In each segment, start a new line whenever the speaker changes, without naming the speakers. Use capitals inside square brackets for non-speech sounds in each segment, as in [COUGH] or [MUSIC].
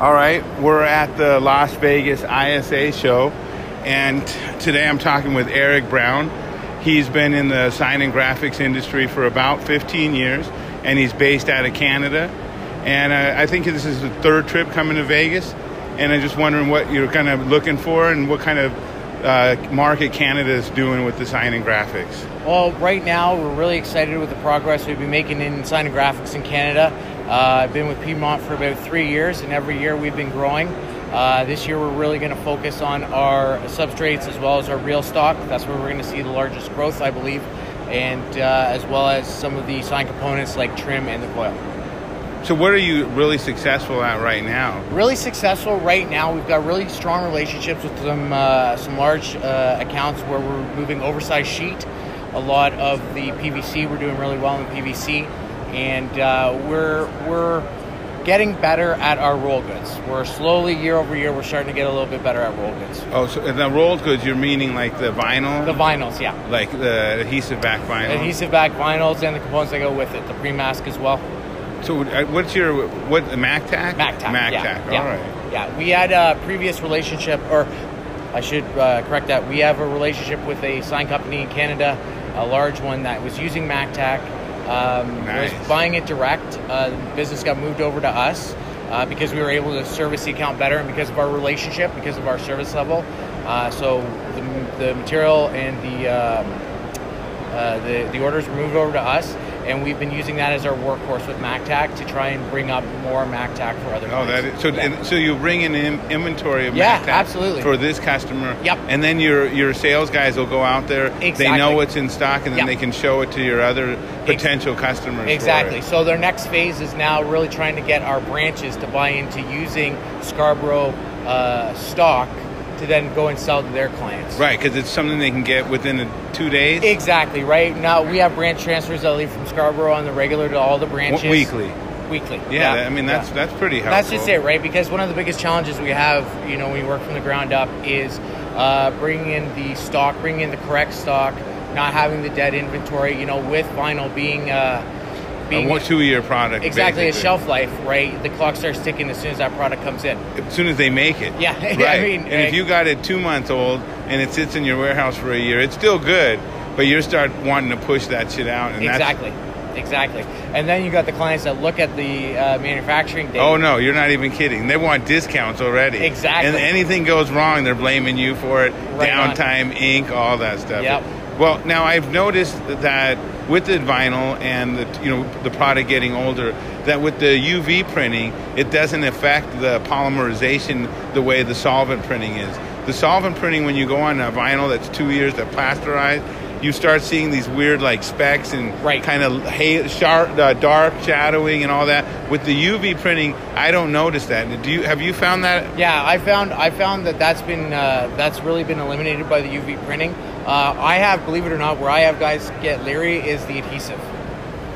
All right, we're at the Las Vegas ISA show, and today I'm talking with Eric Brown. He's been in the sign and graphics industry for about 15 years, and he's based out of Canada. And uh, I think this is the third trip coming to Vegas, and I'm just wondering what you're kind of looking for and what kind of uh, market Canada is doing with the sign and graphics.
Well, right now we're really excited with the progress we've been making in sign and graphics in Canada. Uh, I've been with Piedmont for about three years, and every year we've been growing. Uh, this year we're really going to focus on our substrates as well as our real stock. That's where we're going to see the largest growth, I believe, and uh, as well as some of the sign components like trim and the coil.
So, what are you really successful at right now?
Really successful right now. We've got really strong relationships with some uh, some large uh, accounts where we're moving oversized sheet. A lot of the PVC, we're doing really well in PVC, and uh, we're we're getting better at our roll goods. We're slowly year over year, we're starting to get a little bit better at roll goods.
Oh, so and the rolled goods, you're meaning like the vinyl?
The vinyls, yeah,
like the adhesive back vinyl?
adhesive back vinyls and the components that go with it, the pre-mask as well.
So, uh, what's your, what, MacTac?
MacTac.
MacTac,
yeah,
all
yeah,
right.
Yeah, we had a previous relationship, or I should uh, correct that. We have a relationship with a sign company in Canada, a large one that was using MacTac, um,
Nice.
was buying it direct. Uh, the business got moved over to us uh, because we were able to service the account better, and because of our relationship, because of our service level. Uh, so the, the material and the um, uh, the, the orders were moved over to us, and we've been using that as our workhorse with MacTac to try and bring up more MacTac for other.
Oh, that
clients.
is, so.
Yeah.
And so you bring in in- inventory of
Yeah,
MacTac
absolutely.
for this customer.
Yep.
And then your your sales guys will go out there. They know
Exactly.
what's in stock, and then
Yep.
they can show it to your other potential customers. for
Exactly.
it.
So their next phase is now really trying to get our branches to buy into using Scarborough uh, stock to then go and sell to their clients.
Right, because it's something they can get within the two days.
Exactly. Right now we have branch transfers that leave from Scarborough on the regular to all the branches
weekly.
Weekly.
Yeah, I mean that's
yeah.
that's pretty helpful.
That's just it, right? Because one of the biggest challenges we have, you know, when you work from the ground up, is uh, bringing in the stock, bringing in the correct stock, not having the dead inventory. You know, with vinyl being uh,
A
being
one two year product.
exactly a
basically.
shelf life, right? The clock starts ticking as soon as that product comes in.
As soon as they make it.
Yeah, [LAUGHS] I
Right.
mean,
and
eh.
if you got it two months old and it sits in your warehouse for a year, it's still good, but you start wanting to push that shit out, and that's
exactly, exactly. And then you got the clients that look at the uh, manufacturing date.
Oh no, you're not even kidding. They want discounts already.
Exactly.
And anything goes wrong, they're blaming you for it.
Right on.
Downtime, ink, all that stuff.
Yep.
Well, now I've noticed that with the vinyl and the you know the product getting older, that with the UV printing, it doesn't affect the polymerization the way the solvent printing is. The solvent printing, when you go on a vinyl that's two years that plasterized, you start seeing these weird like specks and
Right.
kind of ha- sharp, uh, dark shadowing and all that. With the UV printing, I don't notice that. Do you? Have you found that?
Yeah, I found I found that that's been uh, that's really been eliminated by the UV printing. Uh, I have, believe it or not, where I have guys get leery is the adhesive.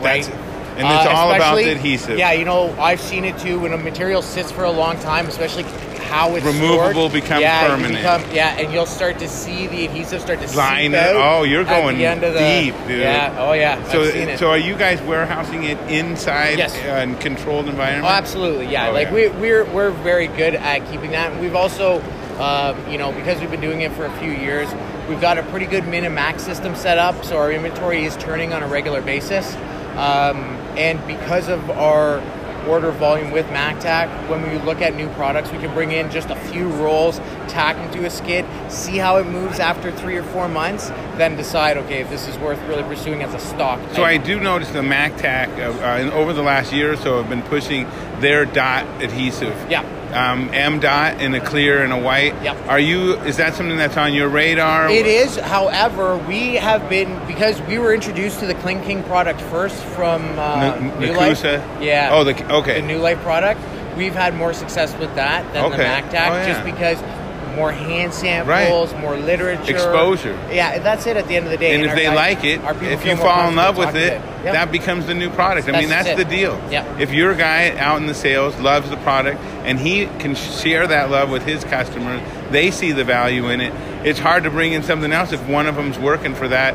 That's-
right? Uh,
and it's all about the
especially-
adhesive.
Yeah, you know, I've seen it too when a material sits for a long time, especially how it's
Removable
stored.
becomes
yeah, you
permanent.
become- yeah, and you'll start to see the adhesive start to
Line
seep
it.
out
Oh, you're
at
going
the end of the,
deep, dude.
Yeah. Oh yeah.
So,
I've seen it.
so are you guys warehousing it inside
Yes.
and controlled environment?
Oh, absolutely, yeah.
Oh,
like
yeah.
We, we're we're very good at keeping that. We've also, um, you know, because we've been doing it for a few years, we've got a pretty good min and max system set up, so our inventory is turning on a regular basis. Um, and because of our order volume with MacTac, when we look at new products, we can bring in just a few rolls, tack them to a skid, see how it moves after three or four months, then decide, okay, if this is worth really pursuing as a stock.
So I
item.
do notice the MacTac uh, uh, and over the last year or so have been pushing their dot adhesive.
Yeah.
Um, M dot in a clear and a white.
Yep.
Are you? Is that something that's on your radar?
It is. However, we have been because we were introduced to the Clean King product first from uh,
N-
New Life.
Nakusa?
Yeah.
Oh, the okay.
the New Life product. We've had more success with that than the
Okay.
MacTac,
Oh,
just
yeah.
because more hand samples, more literature,
Exposure.
Yeah, that's it. At the end of the day,
and if
our
they
guys-
like it,
our people
if
feel
you
more
fall in
comfortable
love with
talking
it,
to Yep.
that becomes the new product. I mean,
That's
that's
it.
the deal.
Yep.
If your guy out in the sales loves the product and he can share that love with his customers, they see the value in it. It's hard to bring in something else if one of them's working for that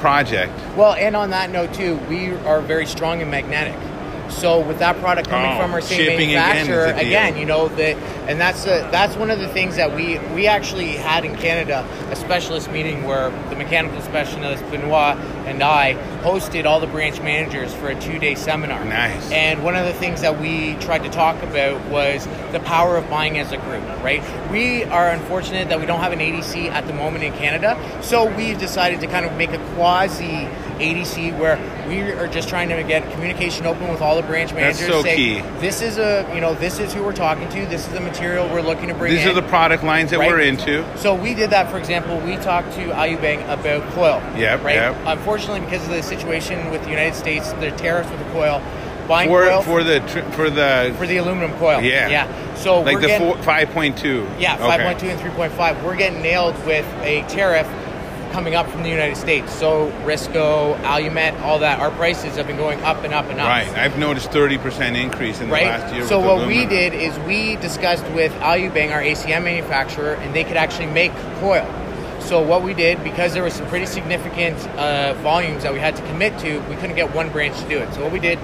project.
Well, and on that note too, we are very strong in magnetic. So with that product coming
Oh,
from our same
shipping again is a
manufacturer,
deal.
again, you know that, and that's a, that's one of the things that we we actually had in Canada a specialist meeting where the mechanical specialist Benoit and I hosted all the branch managers for a two day seminar.
Nice.
And one of the things that we tried to talk about was the power of buying as a group, right? We are unfortunate that we don't have an ADC at the moment in Canada, so we've decided to kind of make a quasi ADC where we are just trying to get communication open with all the branch
That's
managers.
so
say,
key.
This is a you know this is who we're talking to. This is the material we're looking to bring.
These
in.
are the product lines that
Right.
we're into.
So we did that, for example, we talked to Ayubank about coil.
Yep,
Right?
yep.
Unfortunately, because of the situation with the United States, their tariffs with the coil, buying
For,
coil
for the tr- for the
for the aluminum coil.
Yeah.
Yeah. So
like
we're
the
getting,
four, 5.2.
yeah,
Okay.
5.2 and 3.5. We're getting nailed with a tariff coming up from the United States. So Risco, Alumet, all that. Our prices have been going up and up and up
Right. I've noticed 30% increase in the last year.
so
with
what we
aluminum.
did is we discussed with Alubang, our ACM manufacturer, and they could actually make coil. So what we did, because there were some pretty significant uh, volumes that we had to commit to, we couldn't get one branch to do it. So what we did,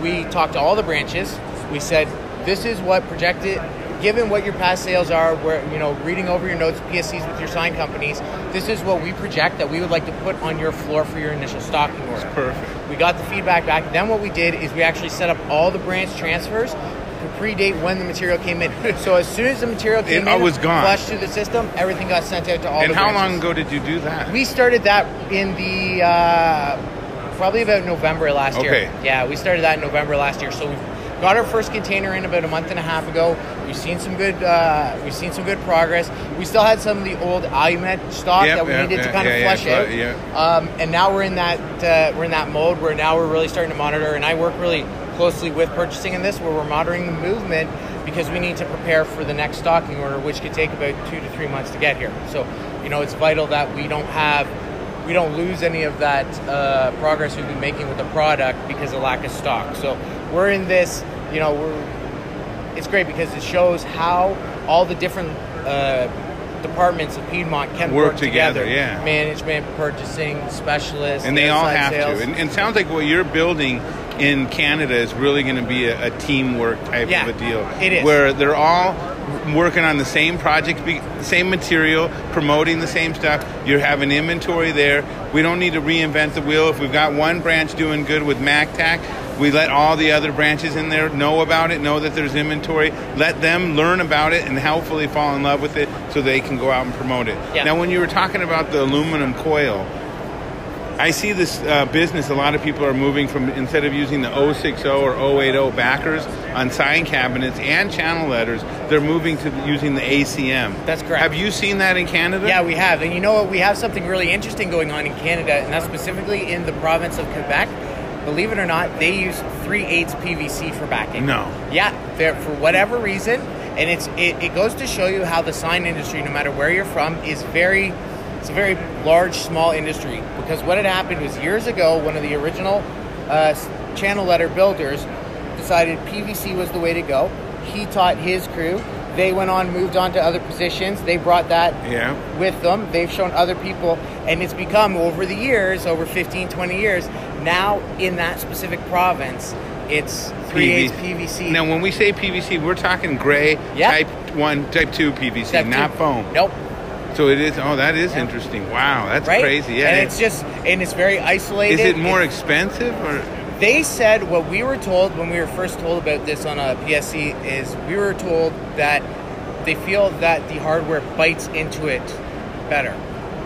we talked to all the branches. We said, this is what projected, given what your past sales are, where you know, reading over your notes, PSCs with your sign companies, this is what we project that we would like to put on your floor for your initial stocking order.
perfect.
We got the feedback back. Then what we did is we actually set up all the branch transfers to predate when the material came in. [LAUGHS] So as soon as the material came in,
all was gone.
flushed through the system, everything got sent out to all.
And
the
how
branches.
long ago did you do that?
We started that in the uh, probably about November last
Okay.
year. Yeah, we started that in November last year. So we've got our first container in about a month and a half ago. We've seen some good. Uh, we've seen some good progress. We still had some of the old Alumet stock
Yep,
that we
yep,
needed
yeah,
to kind
yeah,
of
yeah,
flush
flu-
out.
yeah.
Um, and now we're in that uh, we're in that mode where now we're really starting to monitor. And I work really closely with purchasing in this, where we're monitoring the movement because we need to prepare for the next stocking order, which could take about two to three months to get here. So, you know, it's vital that we don't have we don't lose any of that uh, progress we've been making with the product because of lack of stock. So we're in this. You know, we're it's great because it shows how all the different uh, departments of Piedmont can
Work
work,
together, yeah.
management, purchasing, specialists,
and they all
outside
have
sales.
to. And, and it sounds like what you're building in Canada is really going to be a, a teamwork type
Yeah,
of a deal.
it is.
Where they're all working on the same project, be- same material, promoting the same stuff. You have an inventory there. We don't need to reinvent the wheel. If we've got one branch doing good with MacTac, we let all the other branches in there know about it, know that there's inventory, let them learn about it, and hopefully fall in love with it so they can go out and promote it.
Yeah.
Now, when you were talking about the aluminum coil, I see this uh, business. A lot of people are moving from instead of using the 060 or 080 backers on sign cabinets and channel letters, they're moving to using the ACM.
That's correct.
Have you seen that in Canada?
Yeah, we have. And you know what? We have something really interesting going on in Canada, and that's specifically in the province of Quebec. Believe it or not, they use 3 8 PVC for backing.
No.
Yeah, they're, for whatever reason. And it's it, it goes to show you how the sign industry, no matter where you're from, is very it's a very large, small industry. Because what had happened was years ago, one of the original uh, s- channel letter builders decided PVC was the way to go. He taught his crew. They went on, moved on to other positions. They brought that
Yeah.
with them. They've shown other people, and it's become over the years, over 15, 20 years, now in that specific province, it's 3 8 PVC.
Now, when we say PVC, we're talking gray
Yeah.
type one, type two PVC,
Step two.
not foam.
Nope.
So it is. Oh, that is interesting. Wow, that's
Right?
crazy. Yeah.
And it's just, and it's very isolated.
is it more expensive or?
They said what we were told when we were first told about this on a PSC is we were told that they feel that the hardware bites into it better.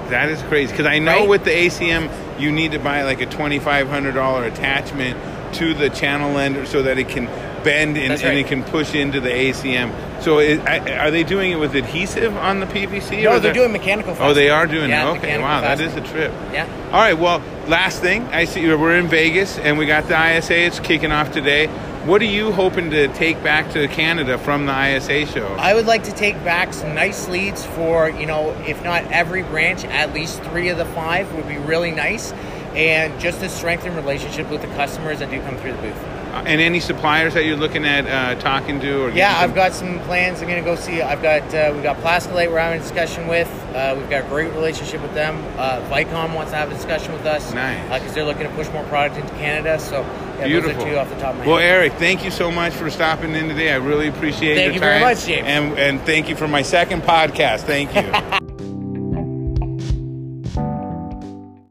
That is crazy because I know
Right?
with the ACM you need to buy like a twenty five hundred dollar attachment to the channel lender so that it can bend and,
That's
and
right.
it can push into the ACM. So it, I, are they doing it with adhesive on the PVC?
No,
or
they're doing mechanical
Oh, they
fastening.
are doing
Yeah,
it. Okay,
mechanical
wow, that
fastening.
is a trip.
Yeah.
All right. Well, last thing I see we're in Vegas and we got the ISA. It's kicking off today. What are you hoping to take back to Canada from the ISA show?
I would like to take back some nice leads for, you know, if not every branch, at least three of the five would be really nice. and just to strengthen relationships with the customers that do come through the booth.
Uh, And any suppliers that you're looking at uh, talking to? Or
Yeah, I've got some plans. I'm gonna go see. I've got uh, we've got Plascolate we're having a discussion with. Uh, we've got a great relationship with them. Uh, Vicom wants to have a discussion with us.
Nice.
Because they're looking to push more product into Canada. So yeah,
Beautiful.
those are two off the top of my
Well,
head.
Eric, thank you so much for stopping in today. I really appreciate
Thank
your
you
time.
very much, James. [LAUGHS]
And, and thank you for my second podcast. Thank you.